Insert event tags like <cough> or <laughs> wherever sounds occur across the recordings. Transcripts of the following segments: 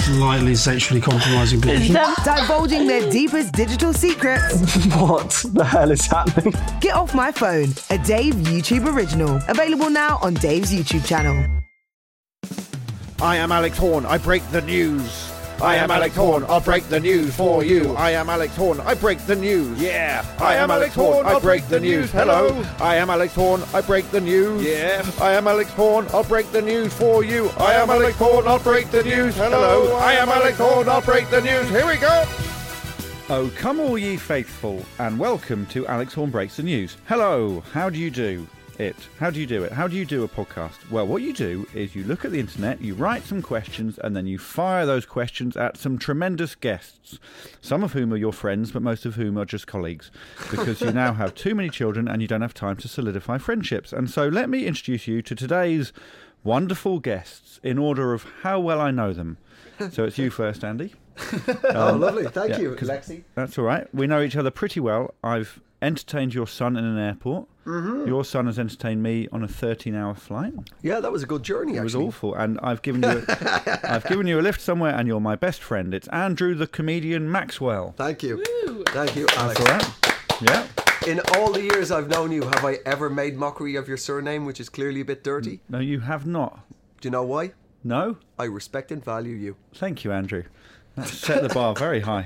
Slightly sexually compromising people. Divulging their deepest digital secrets, <laughs> what the hell is happening? Get Off My Phone, a Dave YouTube original. Available now on Dave's YouTube channel. I am Alex Horn. I break the news. I am Alex Horn. I'll break the news for you. I am Alex Horn. I break the news. Yeah. I am Alex Horn. I break the news. Hello. I am Alex Horn. I break the news. Yeah. I am Alex Horn. I'll break the news for you. I am Alex Horn. I'll break the news. Hello. I am Alex Horn. I'll break the news. Here we go. Oh, come all ye faithful, and welcome to Alex Horn Breaks the News. Hello, how do you do it? How do you do it? How do you do a podcast? Well, what you do is you look at the internet, you write some questions, and then you fire those questions at some tremendous guests, some of whom are your friends, but most of whom are just colleagues, because you now have too many children and you don't have time to solidify friendships. And so let me introduce you to today's wonderful guests in order of how well I know them. So it's you first, Andy. Oh, lovely. Thank yeah, you, 'cause- Lexi. That's all right. We know each other pretty well. I've entertained your son in an airport. Your son has entertained me on a 13-hour flight. Yeah, that was a good journey, It was actually. awful, and I've given you, a, I've given you a lift somewhere, and you're my best friend. It's Andrew, the comedian Maxwell. Thank you. Thank you, Alex. That's all right. Yeah. In all the years I've known you, have I ever made mockery of your surname, which is clearly a bit dirty? No, you have not. Do you know why? No. I respect and value you. Thank you, Andrew. That set the bar very high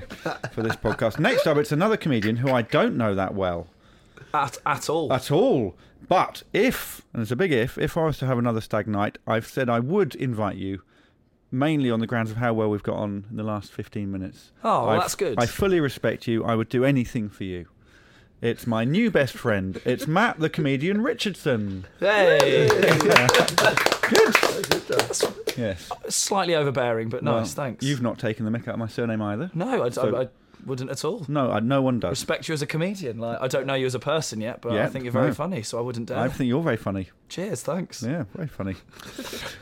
for this podcast. Next up, it's another comedian who I don't know that well. At, at all. at all. But if, and it's a big if, if I was to have another stag night, I've said I would invite you, mainly on the grounds of how well we've got on in the last 15 minutes. Oh, well, I've- that's good. I fully respect you. I would do anything for you. It's my new best friend. It's Matt, the comedian Richardson. hey. <laughs> Good. Yes. Slightly overbearing, but Well, nice. thanks. You've not taken the mick out of my surname either. No, I, So- I, I wouldn't at all. No, I, no one does. Respect you as a comedian. Like I don't know you as a person yet, but I Yeah, think you're very no. funny, so I wouldn't dare. I think you're very funny. Cheers, thanks. Yeah, very funny.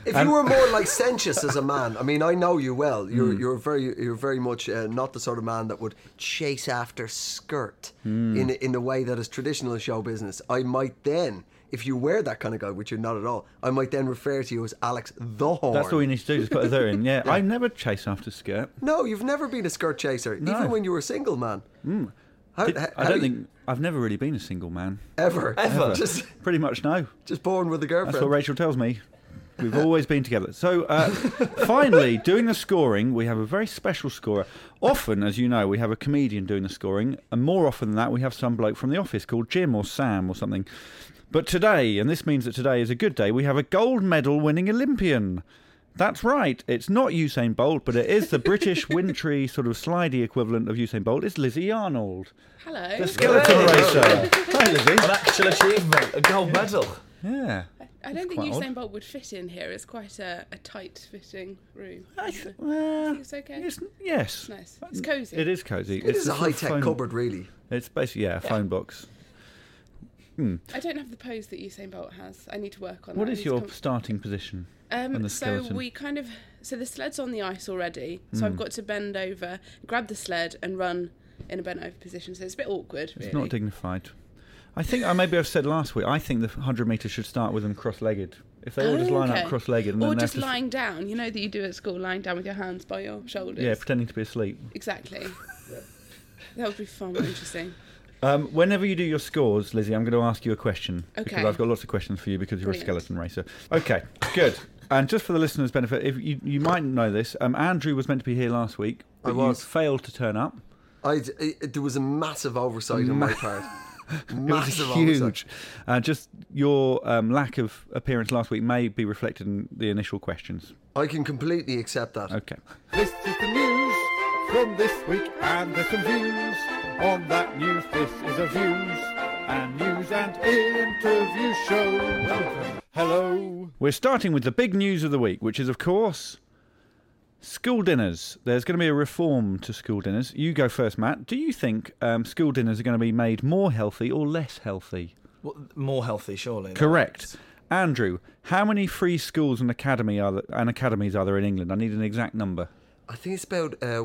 If you were more licentious as a man, I mean, I know you <laughs> well. Mm. You're you're very you're very much uh, not the sort of man that would chase after skirt Mm. in in the way that is traditional in show business. I might then, if you were that kind of guy, which you're not at all, I might then refer to you as Alex the Horn. That's all you need to do. Just put a there in. <laughs> yeah. I never chase after skirt. No, you've never been a skirt chaser, even when you were single, man. How, Hmm. Did- how- I uh, how don't you- think I've never really been a single man. ever, Ever. just Pretty much no. just born with a That's girlfriend. what Rachel tells me. We've always been together. So uh, finally, doing the scoring, we have a very special scorer. Often, as you know, we have a comedian doing the scoring, and more often than that, we have some bloke from the office called Jim or Sam or something. But today, and this means that today is a good day, we have a gold medal winning Olympian. That's right. It's not Usain Bolt, but it is the British wintry sort of slidey equivalent of Usain Bolt. It's Lizzie Arnold. Hello. The skeleton racer. Hi, Lizzie. An actual achievement, a gold medal. Yeah. I don't think quite odd. Usain Bolt would fit in here. It's quite a, a tight fitting room. It's Well, It's okay? yes. nice. It's cozy. It is cozy. it is a high tech cupboard, really. It's basically yeah, a phone box. I don't have the pose that Usain Bolt has. I need to work on What that. I is need to your come- starting position? Um, on the so skeleton? Hmm. we kind of so the sled's on the ice already. So I've got to bend over, grab the sled, and run in a bent over position. So it's a bit awkward. Really. It's not dignified. I think I maybe I've said last week. I think the hundred meters should start with them cross-legged. If they all just line Oh, Okay. up cross-legged and or then just they're lying down. You know that you do at school, lying down with your hands by your shoulders. yeah, pretending to be asleep. <laughs> exactly. that would be far more interesting. Um, whenever you do your scores, Lizzie, I'm going to ask you a question because Okay. I've got lots of questions for you because you're a Brilliant. skeleton racer. Okay, good. And just for the listeners' benefit, if you, you might know this, um, Andrew was meant to be here last week, but was. you failed to turn up. I, I- there was a massive oversight on my part. Massive <laughs> it was homicide. huge. Uh, just your um, lack of appearance last week may be reflected in the initial questions. I can completely accept that. Okay. This is the news from this week, and there's some views on that news. This is a views and news and interview show. Hello. We're starting with the big news of the week, which is, of course, school dinners. There's going to be a reform to school dinners. You go first, Matt. Do you think um, school dinners are going to be made more healthy or less healthy? Well, more healthy, surely. Correct. Andrew, how many free schools and academy are there, and academies are there in England? I need an exact number. I think it's about uh,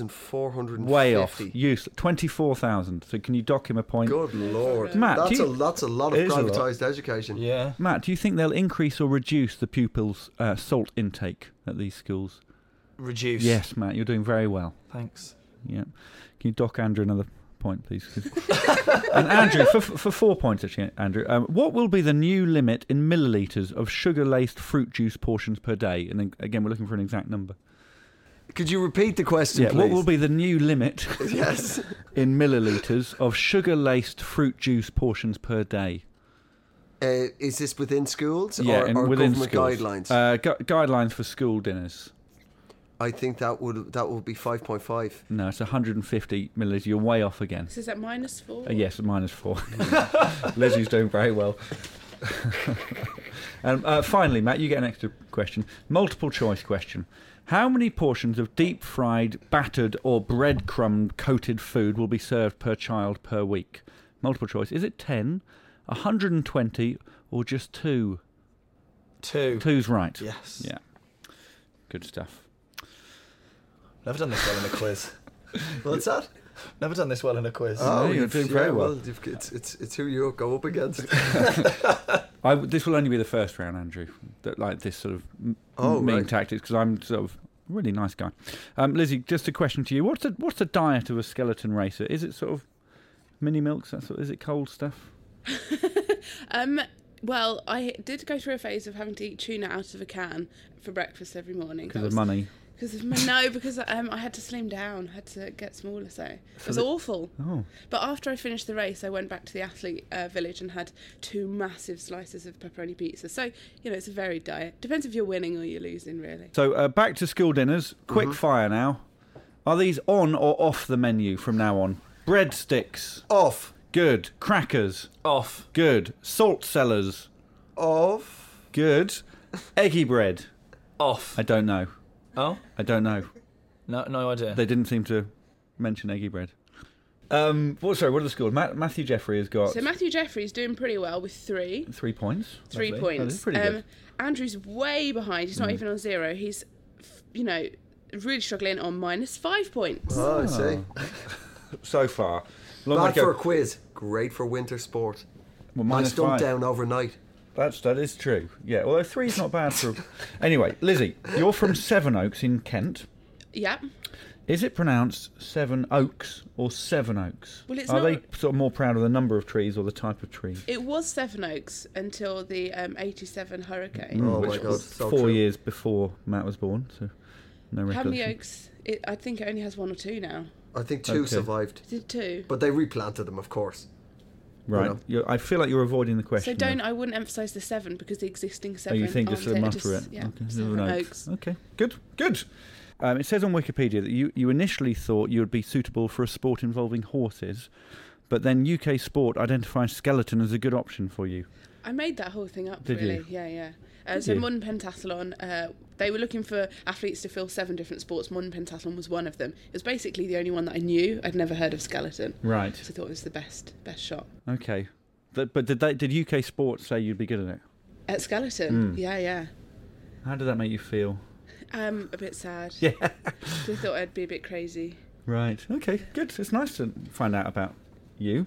1,450. Way off. Use twenty-four thousand. So can you dock him a point? Good lord. Matt, that's, do a, you- that's a lot of It is a lot. privatised education. Yeah. Matt, do you think they'll increase or reduce the pupils' uh, salt intake at these schools? Reduce. Yes, Matt, you're doing very well. Thanks. Yeah. Can you dock Andrew another point, <laughs> please? 'Cause- and Andrew, for, for four points, actually, Andrew, um, what will be the new limit in millilitres of sugar laced fruit juice portions per day? And then, again, we're looking for an exact number. Could you repeat the question, Yeah, please? what will be the new limit <laughs> Yes. <laughs> in millilitres of sugar laced fruit juice portions per day? Uh, is this within schools or, in- or government schools. guidelines? Uh, gu- guidelines for school dinners. I think that would that would be 5.5. No, it's 150 millilitres. You're way off again. So is that minus four? Uh, yes, minus four. <laughs> Leslie's doing very well. <laughs> and uh, finally, Matt, you get an extra question. Multiple choice question. How many portions of deep fried, battered, or breadcrumb coated food will be served per child per week? Multiple choice. Is it 10, 120, or just two? Two. Two's right. Yes. Yeah. Good stuff. Never done this well in <laughs> a quiz. What's that? Never done this well in a quiz. No, Oh, you're Oh, you've- doing very yeah, well. you've- it's, it's, it's who you go up <laughs> against. I, this will only be the first round, Andrew. That, like this sort of m- Oh, mean right. tactics because I'm sort of a really nice guy. Um, Lizzie, just a question to you: What's the what's the diet of a skeleton racer? Is it sort of mini milks? That sort? Is it cold stuff? Um, well, I did go through a phase of having to eat tuna out of a can for breakfast every morning. Because of money. Because of my, no, because um, I had to slim down, had to get smaller, so it was awful. Oh. But after I finished the race, I went back to the athlete uh, village and had two massive slices of pepperoni pizza. So you know, it's a varied diet. Depends if you're winning or you're losing, really. So uh, back to school dinners. Quick fire now. Are these on or off the menu from now on? Breadsticks. off. Good. Crackers. Off. Good. Salt cellars. Off. Good. Eggy bread. Off. I don't know. Oh? I don't know. No, no idea. They didn't seem to mention eggy bread. Um, what, sorry, what are the scores? Ma- Matthew Jeffrey has got So Matthew Jeffrey's doing pretty well with three, three points. three Lovely. That is points. Um, pretty good. Hmm. Andrew's way behind. He's not even on zero. He's, f- you know, really struggling on minus five points. Oh, I Ah. see. So far, long way Bad to go. for a quiz. Great for winter sport. Well, I minus stumped five. down overnight. That's that is true. Yeah, although three's not bad for. <laughs> anyway, Lizzie, you're from Sevenoaks in Kent. Yeah. Is it pronounced Seven Oaks or Seven Oaks? Well, it's Are not- they sort of more proud of the number of trees or the type of tree? It was Sevenoaks until the um, 87 hurricane. Oh my Mm. Which god. was So four true. years before Matt was born, so no How many recollection. oaks? It, I think it only has one or two now. I think two Okay. survived. Did two. But they replanted them, of course. Right. know. You're, I feel like you're avoiding the question. So there. don't. I wouldn't emphasise the seven because the existing Oh, seven. you think just aren't sort of there, mutter just- it? Yeah. Okay. Seven Seven oaks. Okay, good, good. Um, it says on Wikipedia that you, you initially thought you would be suitable for a sport involving horses, but then UK Sport identifies skeleton as a good option for you. I made that whole thing up. Did you? really. Yeah, yeah. Uh, so you? Mun Pentathlon. Uh, they were looking for athletes to fill seven different sports. Mun Pentathlon was one of them. It was basically the only one that I knew. I'd never heard of skeleton. Right. So I thought it was the best best shot Okay. Th- but did they, did UK Sport say you'd be good at it? at Hmm. skeleton. Yeah, yeah. How did that make you feel? Um, a bit sad. <laughs> Yeah. I thought I'd be a bit crazy. Right. Okay. Good. It's nice to find out about you.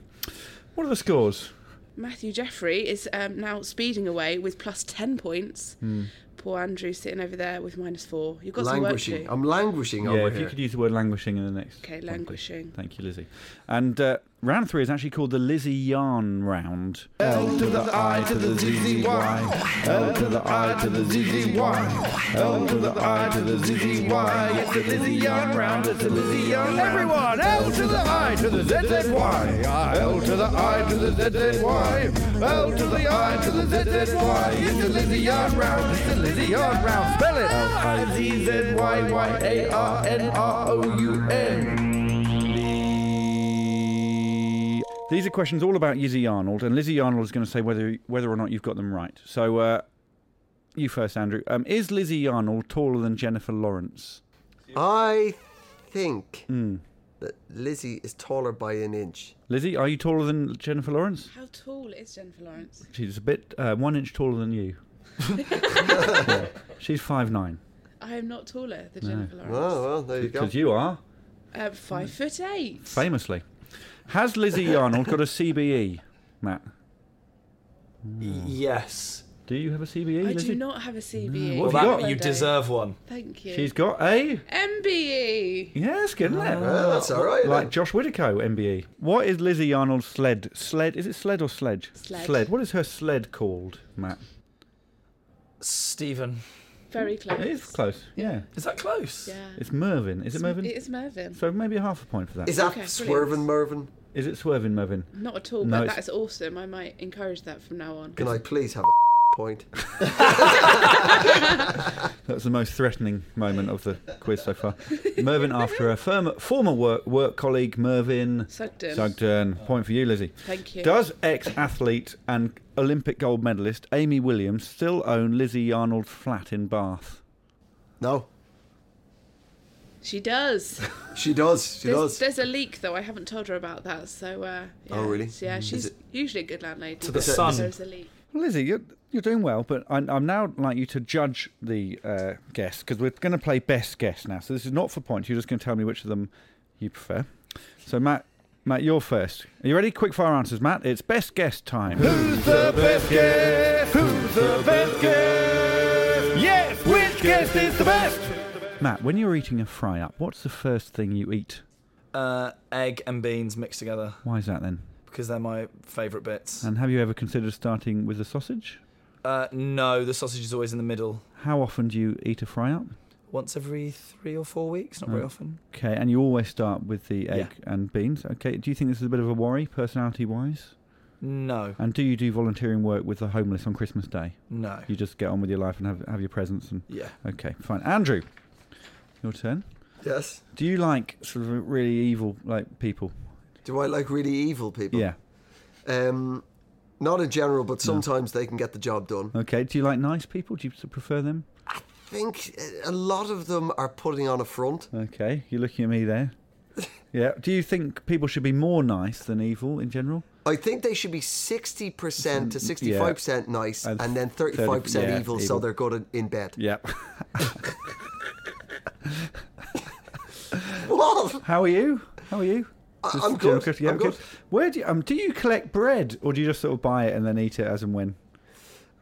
What are the scores? Matthew Jeffrey is um, now speeding away with plus 10 points. Hmm. Poor Andrew sitting over there with minus four. You've got some Languishing. work to do. I'm languishing yeah, over if here. you could use the word languishing in the next. Okay, one, please. languishing. Thank you, Lizzie. And uh, Round three is actually called the Lizzie Yarn Round. L to the I to the ZZY. L to the I to the ZZY. L to the I to the ZZY. It's the Lizzie Yarn Round. It's the Lizzie Yarn Everyone, L to the I to the ZZY. L to the I to the ZZY. L to the I to the ZZY. It's the Lizzie Yarn Round. It's the Lizzie Yarn Round. Spell it. These are questions all about Lizzie Arnold, and Lizzie Arnold is going to say whether whether or not you've got them right. So, uh, you first, Andrew. Um, is Lizzie Arnold taller than Jennifer Lawrence? I think Hmm. that Lizzie is taller by an inch. Lizzie, are you taller than Jennifer Lawrence? How tall is Jennifer Lawrence? She's a bit uh, one inch taller <laughs> than you. Yeah. She's five nine. I am not taller than Jennifer Oh, Lawrence. well, there you go. Because you are Uh, five foot eight. famously. Has Lizzie Arnold got a CBE, Matt? Yes. Do you have a CBE, I Lizzie? do not have a CBE. What have Well, you that, got? Holiday. you deserve one. Thank you. E. She's got a MBE. yes, good isn't it? Well, Ah, that's all right. Like Like, Josh Whitaco, MBE. What is Lizzie Arnold's sled? Sled? Is it sled or sledge? Sled. What is her sled called, Matt? Stephen. Very close. It is close. Yeah. Is that close? Yeah. It's Mervin. Is it Mervin? It is Mervyn. So maybe half a point for that. is Is, that Okay, swerving, Mervin? it swerving Mervin? Not at all, No, but it's- that's awesome. I might encourage that from now on. Can I please have a <laughs> point? That's the most threatening moment of the quiz <laughs> so far. Mervin after her firm, former work, work colleague Mervin Sugden. Sugden. Oh. Point for you, Lizzie. Thank you. Does ex-athlete and Olympic gold medalist Amy Williams still own Lizzie Arnold's flat in Bath? No. She does. She does. She There's, does. there's a leak though. I haven't told her about that. So. Uh, yeah. Oh, really? Yeah, she's it- usually a good landlady. Mm. To the but sun. There's a leak. Well, Lizzie, you're, you're doing well, but I, I'm now like you to judge the uh, guess because we're going to play best guess now. So this is not for points. You're just going to tell me which of them you prefer. So Matt, Matt, you're first. Are you ready? Quick fire answers, Matt. It's best guess time. Who's the best guess? Who's the best guess? Yes, which guess is the best? Matt, when you're eating a fry up, what's the first thing you eat? Uh, egg and beans mixed together Why is that then? because they're my favourite bits. And have you ever considered starting with a sausage? Uh, no, the sausage is always in the middle. How often do you eat a fry up? Once every three or four weeks, not very often. Okay, and you always start with the egg and beans. Okay, do you think this is a bit of a worry, personality wise? No, And do you do volunteering work with the homeless on Christmas Day? no. You just get on with your life and have, have your presents and. Yeah. Okay, fine. Andrew, your turn. yes. Do you like sort of really evil like people? Do I like really evil people? Yeah. Um, not in general, but sometimes they can get the job done. Okay. Do you like nice people? Do you s- prefer them? I think uh, a lot of them are putting on a front. Okay, you're looking at me there. Yeah. Do you think people should be more nice than evil in general? I think they should be 60% to 65% nice Mm, And and, then 35% 30 yeah, evil, evil. so they're good in, in bed. Yep. <laughs> What? How are you? How are you? I- Just I'm general good, question, yeah, I'm good. Where do you, um, do you collect bread, or do you just sort of buy it and then eat it as and when?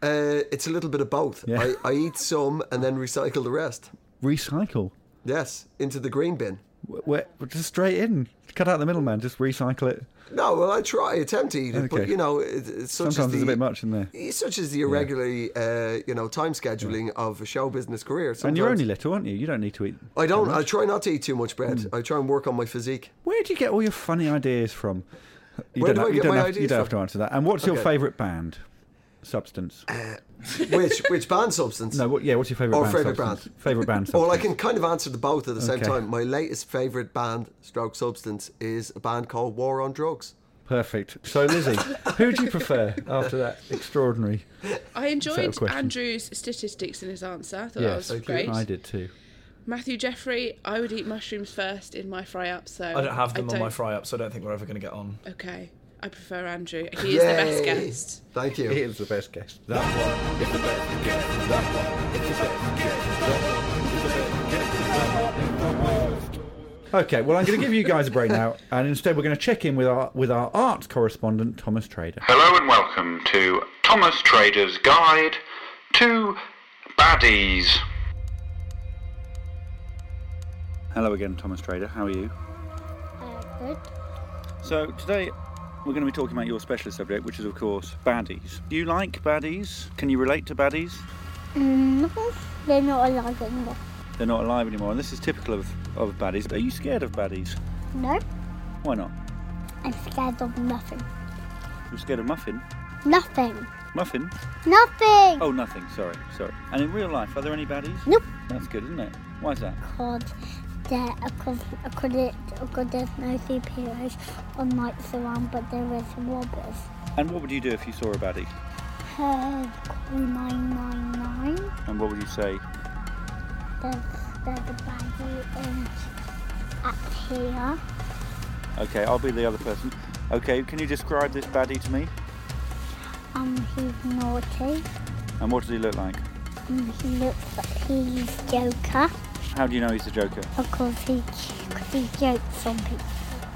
Uh, it's a little bit of both. Yeah. I, I eat some and then recycle the rest. Recycle. Yes, into the green bin. Wh- Where, just straight in. Cut out the middleman. Just recycle it. No, well, I try, attempt to eat it, but Okay. you know, it, it's such Sometimes as there's the, a bit much in there. Such as the irregular, uh, you know, time scheduling of a show business career. And you're sometimes. only little, aren't you? You don't Hmm. need to eat. I don't. I try not to eat too much bread. I try and work on my <laughs> physique. Where do you get all your funny ideas from? You Where don't do have, I you get don't my have, You ideas don't have to from? answer that. And what's your Okay. favourite band? Substance. Which which band substance? no. What, yeah. What's your favourite Or band? favourite substance? Oh, band. <laughs> Favourite band. Well, I substance. can kind of answer the both at the same Okay. time. My latest favourite band, stroke substance, is a band called War on Drugs. Perfect. So Lizzie, who do you prefer after that extraordinary? I enjoyed questions. Andrew's statistics in his answer. I thought Yes, that was great. I did too. Matthew Jeffrey, I would eat mushrooms first in my fry up. So I don't have them on my don't- fry up, so I don't think we're ever going to get on. Okay, I prefer Andrew. He is the best Yay. guest. Thank you. is the best guess. Okay, well, I'm going to give you guys a break now, and instead we're going to check in with our with our art correspondent Thomas Trader. Hello and welcome to Thomas Trader's Guide to Baddies. Hello again, Thomas Trader. How are you? Uh, good. So today we're going to be talking about your specialist subject, which is of course baddies. Do you like baddies? Can you relate to baddies? Mm, No, they're not alive anymore. They're not alive anymore, and this is typical of, of baddies. Are you scared of baddies? No, Why not? I'm scared of nothing. You're scared of muffin? Nothing. Muffin? Nothing. Oh, nothing. Sorry, sorry. And in real life, are there any baddies? Nope. That's good, isn't it? Why is that? God, there are cause, cause, it, cause there's no superheroes or knights around, but there is robbers. And what would you do if you saw a baddie? Uh, call 999. And what would you say? There's, there's a baddie in, up here. Okay, I'll be the other person. Okay, can you describe this baddie to me? Um, he's naughty. And what does he look like? Um, he looks like he's Joker. How do you know he's the Joker? Of course, he, cause he jokes on people.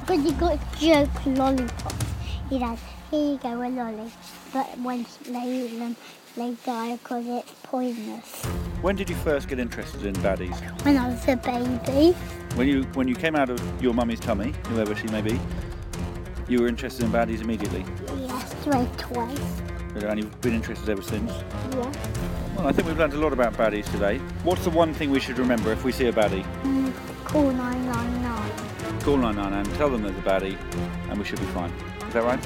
Because he got joke lollipops. He does. Here you go, a lolly. But when they eat them, they die because it's poisonous. When did you first get interested in baddies? When I was a baby, When you when you came out of your mummy's tummy, whoever she may be, you were interested in baddies immediately. yes, straight away. And you've been interested ever since. Yeah. Well, I think we've learned a lot about baddies today. What's the one thing we should remember if we see a baddie? Mm, call 999. Call 999 and tell them they're the baddie, and we should be fine. Is that right?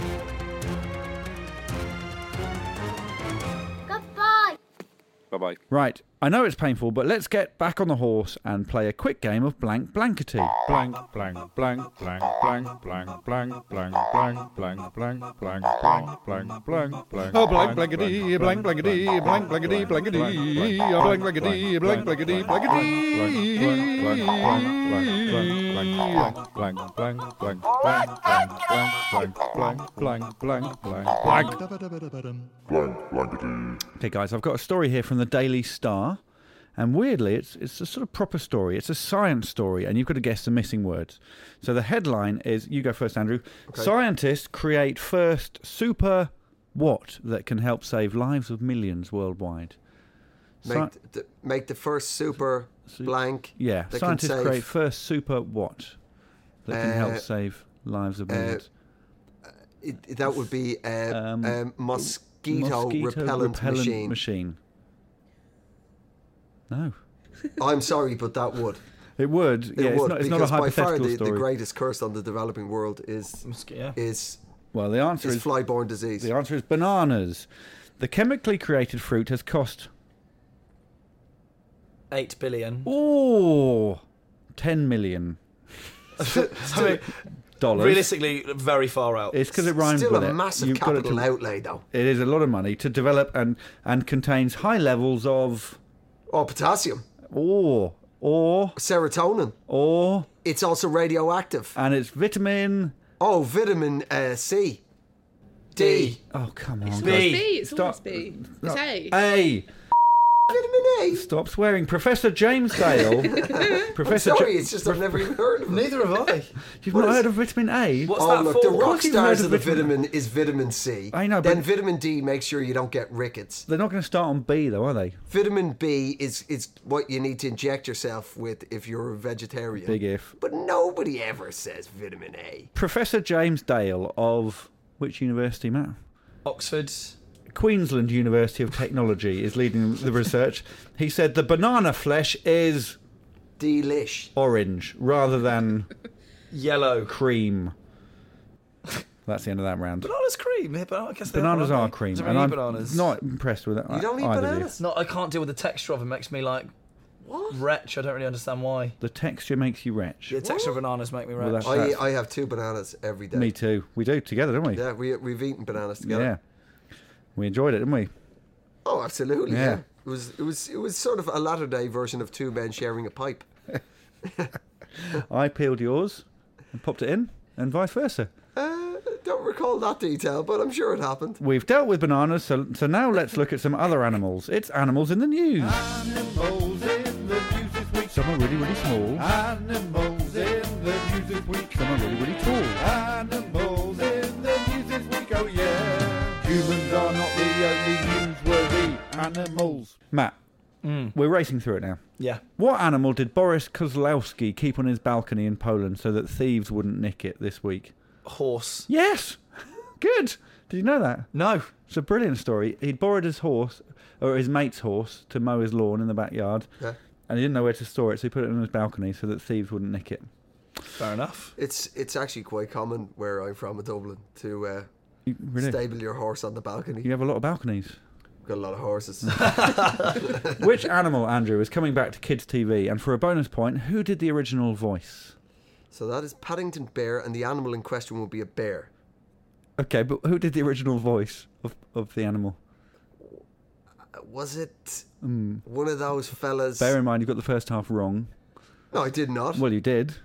Goodbye. Bye bye. Right. I know it's painful, but let's get back on the horse and play a quick game of blank blankety. Blank, blank, blank, blank, blank, blank, blank, blank, blank, blank, blank, blank, blank, blank, blank, blank. Oh, blank blankety, blank blankety, blank blankety, blankety, oh, blank blankety, blank blankety, blankety. blank, blank, blank, blank, blank, blank, blank, blank, blank, blank, blank. Blank blankety. Okay, guys, I've got a story here from the Daily Star, and weirdly, it's it's a sort of proper story. It's a science story, and you've got to guess the missing words. So the headline is: You go first, Andrew. Scientists create first super what that can help save lives of millions worldwide. Sci- Make, th- th- make the first super blank. yeah, that can scientists save. create first super what that can help Uh, save lives of uh, millions. It- that would be a um, mosquito, repellent, machine. machine. No. I'm sorry, but that <laughs> would. It would. It Yeah, it's would, not, it's not a because by hypothetical far the, story. the greatest curse on the developing world is is Well, the answer is is flyborne disease. The answer is bananas. The chemically created fruit has cost Eight billion. oh, 10 <laughs> million I mean, dollars. realistically, very far out. It's because it rhymes Still with a it. massive You've got it capital to- outlay, though. It is a lot of money to develop and and contains high levels of oh potassium or or serotonin or it's also radioactive and it's vitamin oh vitamin uh, C D oh come on It's guys. B. It's always B. It's No, A. A. Vitamin A. Stop swearing, Professor <laughs> James Dale. Professor. I'm sorry, Ja- it's just I've never even heard of it. Neither have <laughs> I. You've not heard of vitamin A? oh, look, the Of rock course you've heard stars of the vitamin vitamin is vitamin C. I know, Then but- vitamin D makes sure you don't get rickets. They're not going to start on B though, are they? Vitamin B is is what you need to inject yourself with if you're a vegetarian. Big if. But nobody ever says vitamin A. Professor James Dale of which university, Matt? Oxford. Queensland University of Technology is leading the research. He said the banana flesh is delish, orange rather than yellow cream. That's the end of that round. Bananas cream. Yeah, but I guess they Bananas aren't, are aren't they? cream, Don't and really I'm eat bananas. not impressed with that. You don't eat either of bananas. No, I can't deal with the texture of it. Makes me like what? Wretch. I don't really understand why. The texture makes you wretch. The texture of bananas make me Well, wretch. that's- that's- I have two bananas every day. Me too. We do together, don't we? Yeah, we, we've eaten bananas together. Yeah. We enjoyed it, didn't we? Oh, absolutely. Yeah. Yeah. It was it was it was sort of a latter day version of two men sharing a pipe. I peeled yours and popped it in, and vice versa. Uh, don't recall that detail, but I'm sure it happened. We've dealt with bananas, so, so now let's look at some other animals. It's animals in the news. Some are really, really small. Animals in the news this week. Some are really, really tall. Animals in the news this week. Oh yeah. Humans are not the only newsworthy animals. Matt, we're racing through it now. Yeah. What animal did Boris Kozlowski keep on his balcony in Poland so that thieves wouldn't nick it this week? horse. Yes. <laughs> Good. Did you know that? No. It's a brilliant story. He'd borrowed his horse, or his mate's horse, to mow his lawn in the backyard. Yeah. And he didn't know where to store it, so he put it on his balcony so that thieves wouldn't nick it. Fair enough. It's it's actually quite common where I'm from in Dublin to uh, really? stable your horse on the balcony. You have a lot of balconies. <laughs> Got a lot of horses. Which animal, Andrew, is coming back to kids' TV? And for a bonus point, who did the original voice? so that is Paddington Bear, and the animal in question will be a bear. Okay, but who did the original voice of, of the animal? Uh, Was it Hmm. one of those fellas? Bear in mind, you got the first half wrong. No, I did not. Well, you did.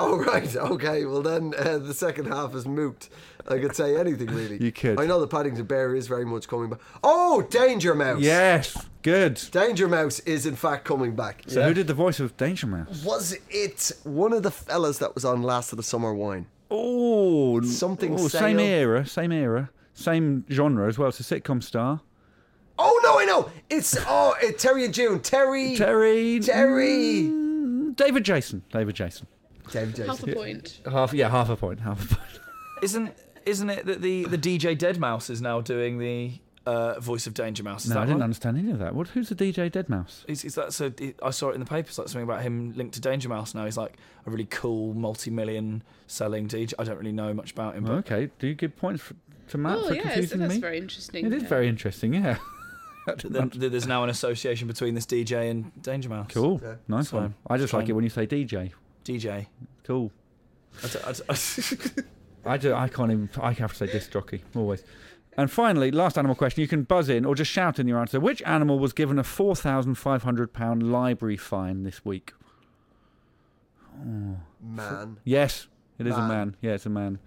Oh right, okay. Well then, uh, the second half is moot. I could say anything really. You could. I know the Paddington Bear is very much coming back. Oh, Danger Mouse. Yes, good. Danger Mouse is in fact coming back. So who did the voice of Danger Mouse? Was it one of the fellas that was on Last of the Summer Wine? Oh, Something Oh, same Sale. era, same era, same genre as well. It's a sitcom star. Oh no, I know. It's oh it, Terry and June. Terry. Terry. Terry. Mm, David Jason. David Jason. David Jason. Half a point. Half. Yeah, half a point. Half a point. Isn't isn't it that the, the DJ Dead Mouse is now doing the uh, voice of Danger Mouse? Is No, that I didn't right? understand any of that. What? Who's the DJ Dead Mouse? Is, is that so? it- I saw it in the papers, like something about him linked to Danger Mouse. Now he's like a really cool, multi-million selling DJ. I don't really know much about him, but okay, do you give points for, to Matt Oh for yeah, so confusing that's me? very interesting. It is yeah. very interesting. Yeah. <laughs> I didn't then, understand. there's now an association between this DJ and Danger Mouse. Cool. Yeah. Nice So, one. I just like fine. it when you say DJ. DJ. Cool. I d- I d- <laughs> I- I do. I can't even. I have to say disc jockey always. And finally, last animal question. You can buzz in or just shout in your answer. Which animal was given a four thousand five hundred pound library fine this week? Man. Yes, it is a Man. man. Yeah, it's a man.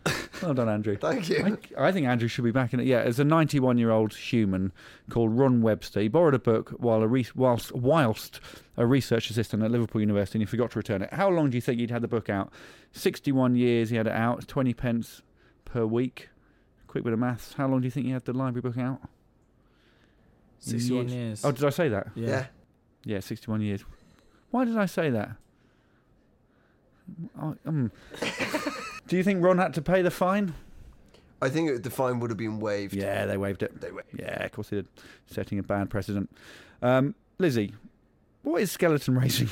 Well done, Andrew. <laughs> Thank you. I, I think Andrew should be back in it. Yeah, it's a 91-year-old human called Ron Webster. He borrowed a book while a re- whilst whilst a research assistant at Liverpool University, and he forgot to return it. How long do you think he'd had the book out? 61 years he had it out. 20 pence per week. Quick bit of maths. How long do you think he had the library book out? 61 years. Oh, did I say that? yeah. yeah. Yeah, 61 years. Why did I say that? I, <laughs> um, do you think Ron had to pay the fine? I think it, the fine would have been waived. Yeah, they waived it. They waived Yeah, of course they did. Setting a bad precedent. Um, Lizzie, what is skeleton racing?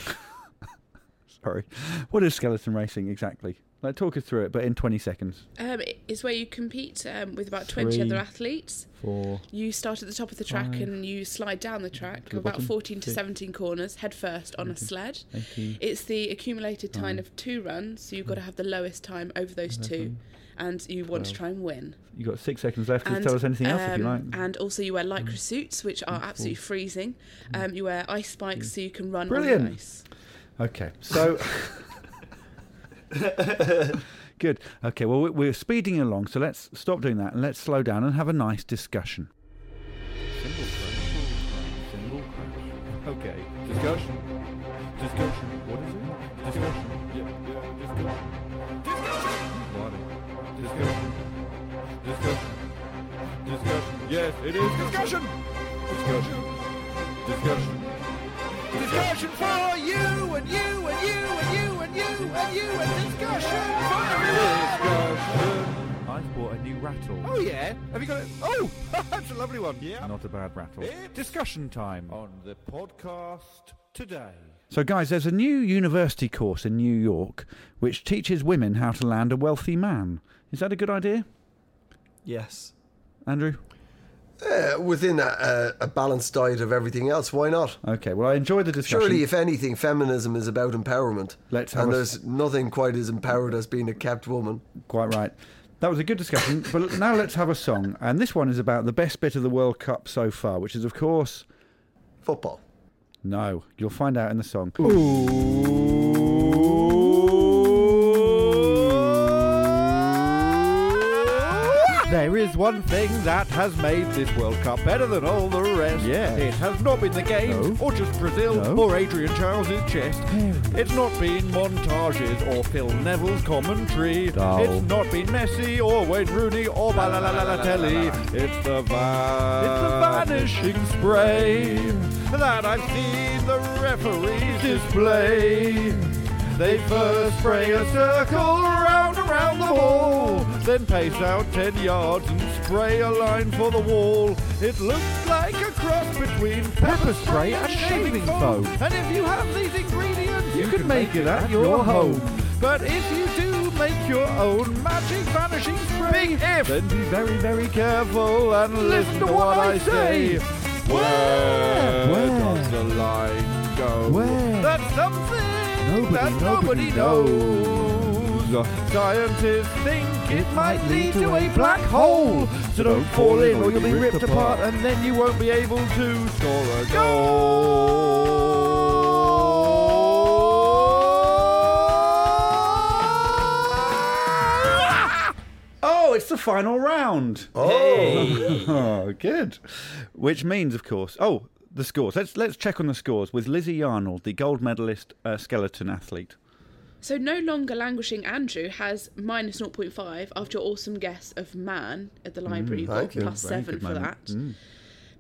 <laughs> Sorry. What is skeleton racing exactly? Like, talk us through it, but in 20 seconds. Um, it's where you compete um, with about 20 Three, other athletes. Four. You start at the top of the track Five. and you slide down the track the about bottom. 14 to Six. 17 corners head first on a Seventeen. sled. 18. It's the accumulated time Nine. of two runs, so you've got to have the lowest time over those two, and you want to Twelve. try and win. You've got six seconds left. Just And, tell us anything else if you like. Mm. um, And also, you wear lycra suits, which are absolutely freezing. Um, you wear ice spikes, so you can run on Mm. Brilliant. the ice. Okay, so <laughs> good. Okay, well we- we're speeding along, so let's stop doing that and let's slow down and have a nice discussion. Okay. Discussion. Discussion. What is it? Discussion. Yeah, yeah, discussion. Discussion! Body. Discussion. Discussion. Discussion. Yes, it is discussion! Discussion. Discussion. Discussion for you and you and you and you and you and you and discussion for everyone! Discussion. I've bought a new rattle. Oh yeah, have you got it? Oh, <laughs> that's a lovely one. Yeah. Not a bad rattle. It's- Discussion time. On the podcast today. So, guys, there's a new university course in New York which teaches women how to land a wealthy man. Is that a good idea, Yes. Andrew? Uh, within a, a, a balanced diet of everything else, why not? Okay. Well, I enjoyed the discussion. Surely, if anything, feminism is about empowerment. Let's have and a- there's nothing quite as empowered as being a kept woman. Quite right. That was a good discussion. but now let's have a song, and this one is about the best bit of the World Cup so far, which is, of course. Football. No, you'll find out in the song. There is one thing that has made this World Cup better than all the rest. Yeah. It has not been the games, No. or just Brazil, No. or Adrian Charles's chest. It's not been montages or Phil Neville's commentary. No. It's not been Messi or Wayne Rooney or Balalalatelli. It's the vanishing spray that I've seen the referees display. They first spray a circle round around the hall, then pace out ten yards and spray a line for the wall. It looks like a cross between pepper spray and shaving foam. And if you have these ingredients, you can make it at your home. But if you do make your own magic vanishing spray, then be very, very careful and listen to what I say. Where, does the line go? Where? That's something nobody, that nobody, knows. Scientists think it might lead to a black hole. So don't fall in or you'll be ripped apart and then you won't be able to score a <laughs> Oh, it's the final round. Hey. Oh, <laughs> good. Which means, of course, oh, the scores. Let's let's check on the scores with Lizzie Arnold, the gold medalist uh, skeleton athlete. So no longer languishing Andrew has minus 0.5 after your awesome guess of man at the library. You've got plus Mm, Very seven good for that. moment. Mm.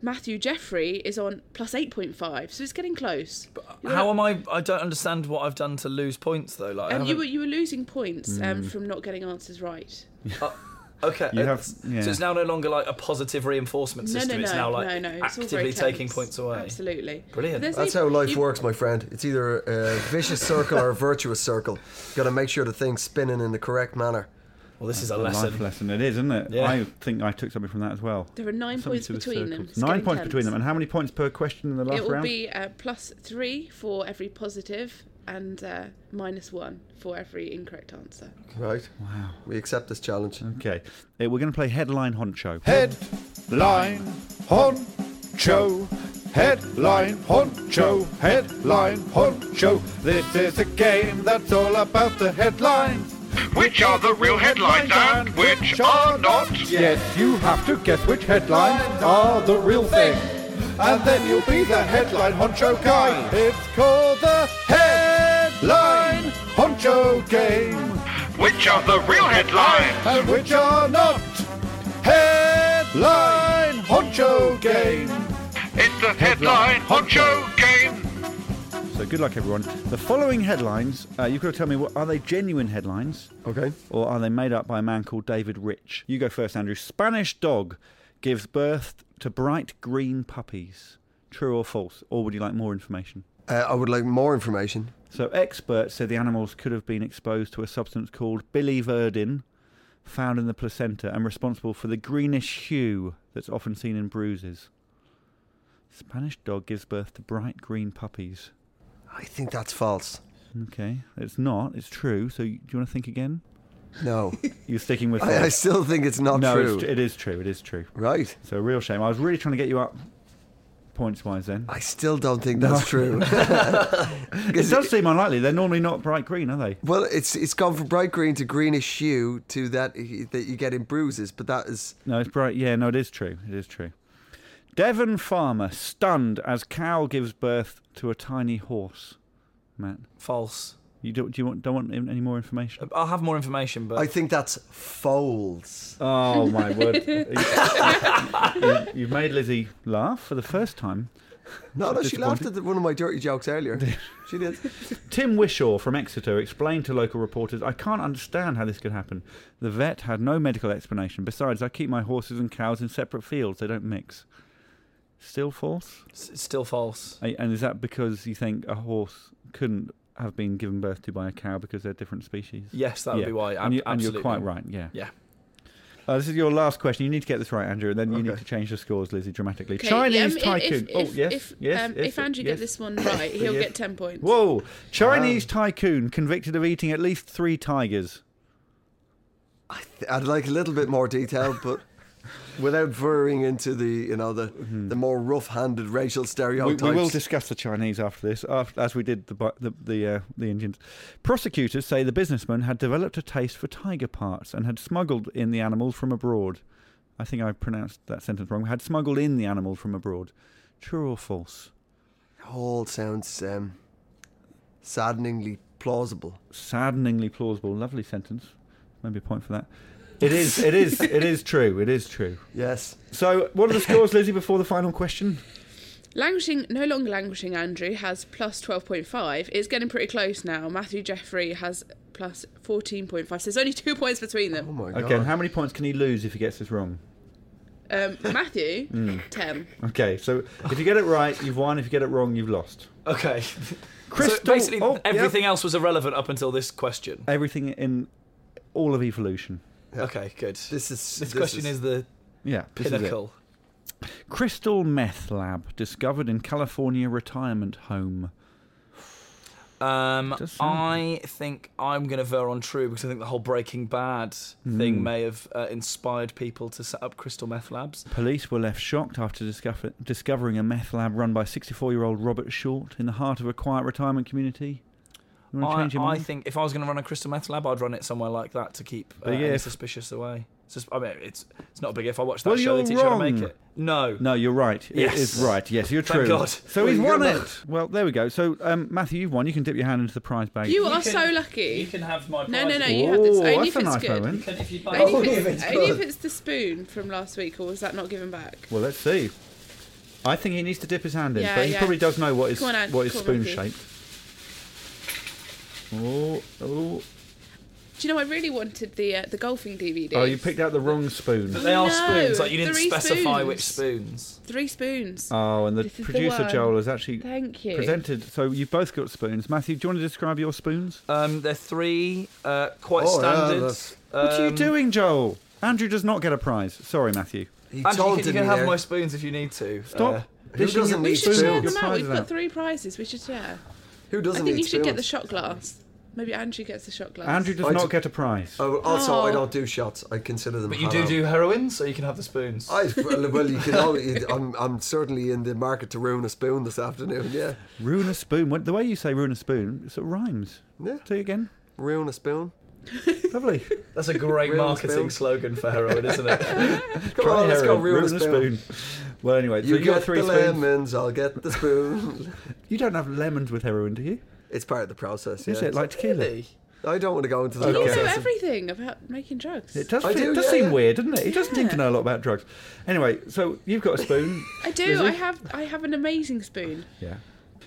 Matthew Jeffrey is on plus 8.5, so it's getting close. You're How am I? I don't understand what I've done to lose points though. Like, I Um, you haven't- were you were losing points um, Mm. from not getting answers right. uh, Okay. You it's- have- yeah. So it's now no longer like a positive reinforcement No, system. no, it's no, now like no, no. It's all very actively taking tense. points away. Absolutely. But Brilliant. there's That's no- how life you- works, my friend. It's either a vicious circle or a virtuous circle. got to make sure the thing's spinning in the correct manner. Well, this It's life lesson. It is, isn't it? Yeah. I think I took something from that as well. There are nine Something points to the between them. circles. It's Nine getting points tense. between them. And how many points per question in the last It will round? be uh, plus three for every positive and uh, minus one for every incorrect answer. Right. Wow. We accept this challenge. Okay. Uh, we're going to play headline honcho. Headline honcho. Headline honcho. Headline honcho. This is a game that's all about the headlines. Which are the real headlines and which are not? Yes, you have to guess which headlines are the real thing. And then you'll be the headline honcho guy. It's called the headline honcho game. Which are the real headlines? And which are not headline honcho game. It's the headline honcho game. So good luck, everyone. The following headlines, uh, you've got to tell me, what, are they genuine headlines? Okay. Or are they made up by a man called David Rich? You go first, Andrew. Spanish dog gives birth to bright green puppies. True or false? Or would you like more information? Uh, I would like more information. So experts said the animals could have been exposed to a substance called biliverdin, found in the placenta and responsible for the greenish hue that's often seen in bruises. Spanish dog gives birth to bright green puppies. I think that's false. Okay, it's not. It's true. So you- do you want to think again? <laughs> No. You're sticking with. I- false. I still think it's not no, true. It's, tr- it is true. It is true. Right. So a real shame. I was really trying to get you up points wise. Then I still don't think that's <laughs> true. <laughs> it does seem unlikely. They're normally not bright green, are they? Well, it's it's gone from bright green to greenish hue to that that you get in bruises, but that is No, it's bright. Yeah, no, it is true. It is true. Devon farmer stunned as cow gives birth to a tiny horse. Matt, false. You don't, do you want, don't want any more information? I'll have more information, but I think that's folds. <laughs> Oh my word! you, you've made Lizzie laugh for the first time. No, no, she laughed Disappointed. at one of my dirty jokes earlier. she did. Tim Wishaw from Exeter explained to local reporters, I can't understand how this could happen. The vet had no medical explanation. Besides, I keep my horses and cows in separate fields, they don't mix. Still false? it's still false. A- And is that because you think a horse couldn't have been given birth to by a cow because they're different species? Yes, that would Yeah. be why. And, you, and you're absolutely. quite right, yeah. Yeah. Uh, this is your last question. You need to get this right, Andrew, and then you need to change the scores, Lizzie, dramatically. Okay, Chinese um, if- tycoon. If, oh, if- yes, if, yes, um, yes, if Andrew yes. gets this one <laughs> right, he'll Yes. get 10 points. Whoa! Chinese Um, tycoon convicted of eating at least three tigers. I'd like a little bit more detail, but without veering into the you know the the more rough-handed racial Mm-hmm. We, stereotypes. we will discuss the Chinese after this, after, as we did the bu- the the, uh, the Indians. Prosecutors say the businessman had developed a taste for tiger parts and had smuggled in the animals from abroad. I think I pronounced that sentence wrong. Had smuggled in the animal from abroad. True or false? All sounds um, saddeningly plausible. Saddeningly plausible. Lovely sentence. Maybe a point for that. It is. It is. it is true. It is true. Yes. So, what are the scores, Lizzie, before the final question? Languishing, no longer languishing, Andrew has plus 12.5. It's getting pretty close now. Matthew Jeffrey has plus 14.5. So there's only two points between them. Oh my Okay, and how many points can he lose if he gets this wrong? Um, <laughs> Matthew, Mm. 10. Okay, so if you get it right, you've won. If you get it wrong, you've lost. Okay. <laughs> Crystal- So basically, oh, yep. everything else was irrelevant up until this question. Everything in all of evolution. Okay, good. This is this, question is, the Yeah, this is it. pinnacle. Crystal meth lab discovered in California retirement home. Um, I think I'm going to ver on true because I think the whole Breaking Bad Mm. thing may have uh, inspired people to set up crystal meth labs. Police were left shocked after discover- discovering a meth lab run by 64-year-old Robert Short in the heart of a quiet retirement community. You want to I, change your I mind? think if I was going to run a crystal meth lab, I'd run it somewhere like that to keep uh, Big any if. suspicious away. Sus- I mean, it's it's not a big if. I watched that well, show. you're They teach you how wrong. to make it. No. No, you're right. Yes. It is right. Yes, you're Thank true. God. So Well, he's you won got it. Well, there we go. So, um, Matthew, you've won. You can dip your hand into the prize bag. You are so lucky. You can have my No, no, prize. no, you have this. Whoa, Only that's if a it's nice good. moment. You can if you'd like. Only, Oh, if if it's, it's only if good. it's the spoon from last week, or was that not given back? Well, let's see. I think he needs to dip his hand in, Yeah, but he yeah. probably does know what is Come on, Ange, what is come on, spoon Matthew. shaped. Oh, oh, Do you know, I really wanted the uh, the golfing DVD. oh! You picked out the wrong spoon. But they are No, spoons, like, you didn't three specify spoons. which spoons. Three spoons. Oh, and the This is the producer one. Joel has actually Thank you. presented. So you've both got spoons. Matthew, do you want to describe your spoons? Um, they're three uh, quite Oh, yeah, standard. that's- what are you um, doing, Joel? Andrew does not get a prize. Sorry, Matthew. Andrew, you can, you can have my spoons if you need to. Uh, Stop. Uh, Who dishing doesn't your need We should share them spoons? Your out. prize We've is got out. three prizes. We should share. Who I doesn't think need you should get the spoons? shot glass. Maybe Andrew gets the shot glass. Andrew does I not do- get a prize. Oh, also, Oh. I don't do shots. I consider them. But you do do heroin, so you can have the spoons. I well, well, you can. Always, I'm I'm certainly in the market to ruin a spoon this afternoon. Yeah, Ruin a spoon. When- The way you say ruin a spoon, it sort of rhymes. yeah. Say again. Ruin a spoon. <laughs> Lovely. That's a great Ruin a marketing spoon. slogan for heroin, isn't it? <laughs> Come on, Oh, let's go. Ruin, a spoon. Well, anyway, You so you get got three the spoons. lemons. I'll get the spoon. <laughs> You don't have lemons with heroin, do you? It's part of the process. Is yeah. it like tequila? I don't want to go into the You know process. of- everything about making drugs. It does, I feel, do, it does yeah, seem yeah. weird, doesn't it? He doesn't seem to know a lot about drugs. Anyway, so you've got a <laughs> spoon. I do. Lizzie? I have. I have an amazing spoon. Yeah.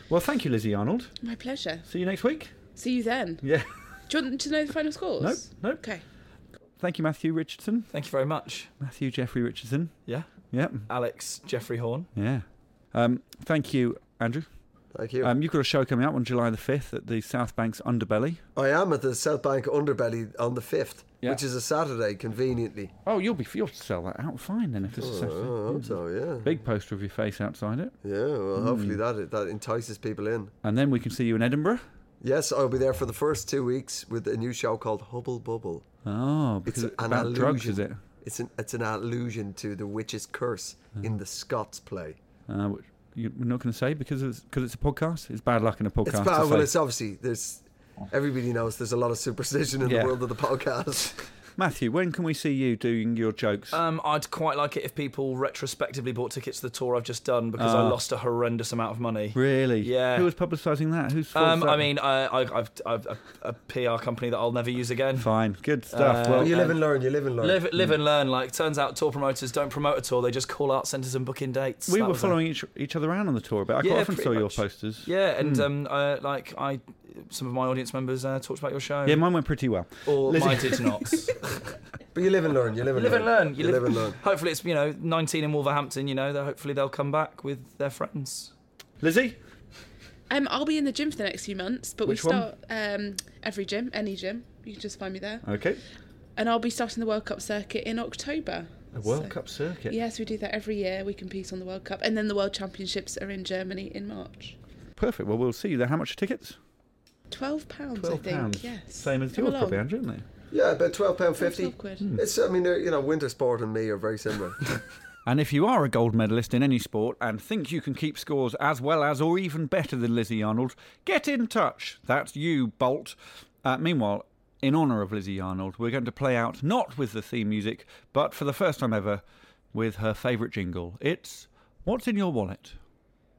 Well, thank you, Lizzie Arnold. My pleasure. See you next week. See you then. Yeah. <laughs> Do you want to know the final scores? Nope, nope. Okay. Thank you, Matthew Richardson. Thank you very much. Matthew Jeffrey Richardson. Yeah. Yep. Alex Jeffrey Horn. Yeah. Um, thank you, Andrew. Thank you. Um, you've got a show coming up on July the 5th at the South Bank's Underbelly. I am at the South Bank Underbelly on the fifth, Yeah. which is a Saturday, conveniently. Oh, you'll be you'll sell that out fine then if it's a Oh, Saturday. I hope so, yeah. Big poster of your face outside it. Yeah, well, hopefully that Mm. that entices people in. And then we can see you in Edinburgh. Yes, I'll be there for the first two weeks with a new show called Hubble Bubble. Oh, because it's, about drugs, is it? It's an it's an allusion to the witch's curse in the Scots play. Uh, which you, we're not going to say because it's, cause it's a podcast. It's bad luck in a podcast. It's to bad. Well, say. it's obviously there's everybody knows there's a lot of superstition in Yeah. the world of the podcast. Matthew, when can we see you doing your jokes? Um, I'd quite like it if people retrospectively bought tickets to the tour I've just done because I Ah. lost a horrendous amount of money. really? Yeah. Who was publicising that? Who's Um, I mean, I, I, I've, I've a, a PR company that I'll never use again. Fine, good stuff. Uh, well, But you live and learn. You live and learn. Live, live Mm. and learn. Like, turns out tour promoters don't promote at all. They just call art centres and book in dates. we That were was a- following each, each other around on the tour, but I Yeah, quite often pretty saw your much. posters. Yeah, and Mm. um, uh, like I, some of my audience members uh, talked about your show. yeah, mine went pretty well. or Lizzie- mine <laughs> did not. But you live and learn. You live You and live learn. and learn. You You live and <laughs> learn. Hopefully, it's you know 19 in Wolverhampton. You know, that hopefully they'll come back with their friends. Lizzie, Um, I'll be in the gym for the next few months, but Which we one? start um every gym, any gym. You can just find me there. okay. And I'll be starting the World Cup circuit in October. The World So- Cup circuit. Yes, we do that every year. We compete on the World Cup, and then the World Championships are in Germany in March. Perfect. Well, we'll see you there. How much are tickets? Twelve pounds, I Twelve think. pounds. Yes. Same as Come yours, along. probably, Andrew, isn't it? Yeah, about twelve pound fifty. quid. It's I mean, they're- you know, winter sport and me are very similar. And if you are a gold medalist in any sport and think you can keep scores as well as or even better than Lizzie Arnold, get in touch. That's you, Bolt. Uh, meanwhile, in honour of Lizzie Arnold, we're going to play out not with the theme music, but for the first time ever with her favourite jingle. It's What's in Your Wallet?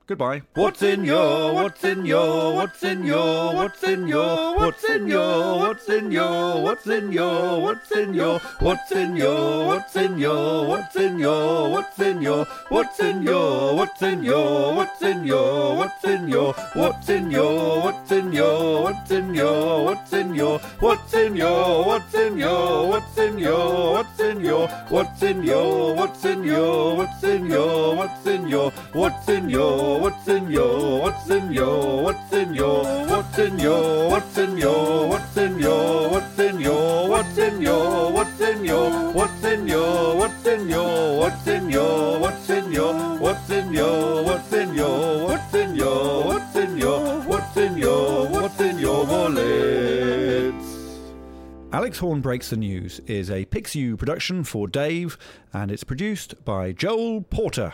Goodbye. What's in your, what's in your, what's in your, what's in your, what's in your, what's in your, what's in your, what's in your, what's in your, what's in your, what's in your, what's in your, what's in your, what's in your, what's in your, what's in your, what's in your, what's in your, what's in your, what's in your, what's in your, what's in your, what's in your, what's in your, what's in your, what's in your, what's in your, what's in your, what's in your, what's in your, what's in your, what's in your, what's in your, what's in your, what's in your, what's in your, what's in your, what's in your, what's in your, what's in your, what's in your, what's in your, what's in your, what's in your, what's in your, what's in your, what's in your, what's in your wallet. Alex Horn Breaks the News is a PixU production for Dave, and it's produced by Joel Porter.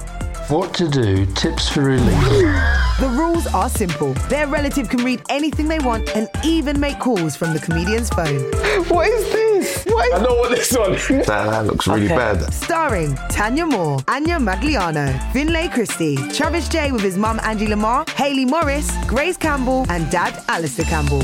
What to do, tips for relief. The rules are simple. Their relative can read anything they want and even make calls from the comedian's phone. What is this? What is I know what this one is. Nah, that looks really bad. Starring Tanya Moore, Anya Magliano, Finlay Christie, Travis J with his mum Angie Lamar, Haley Morris, Grace Campbell, and dad Alistair Campbell.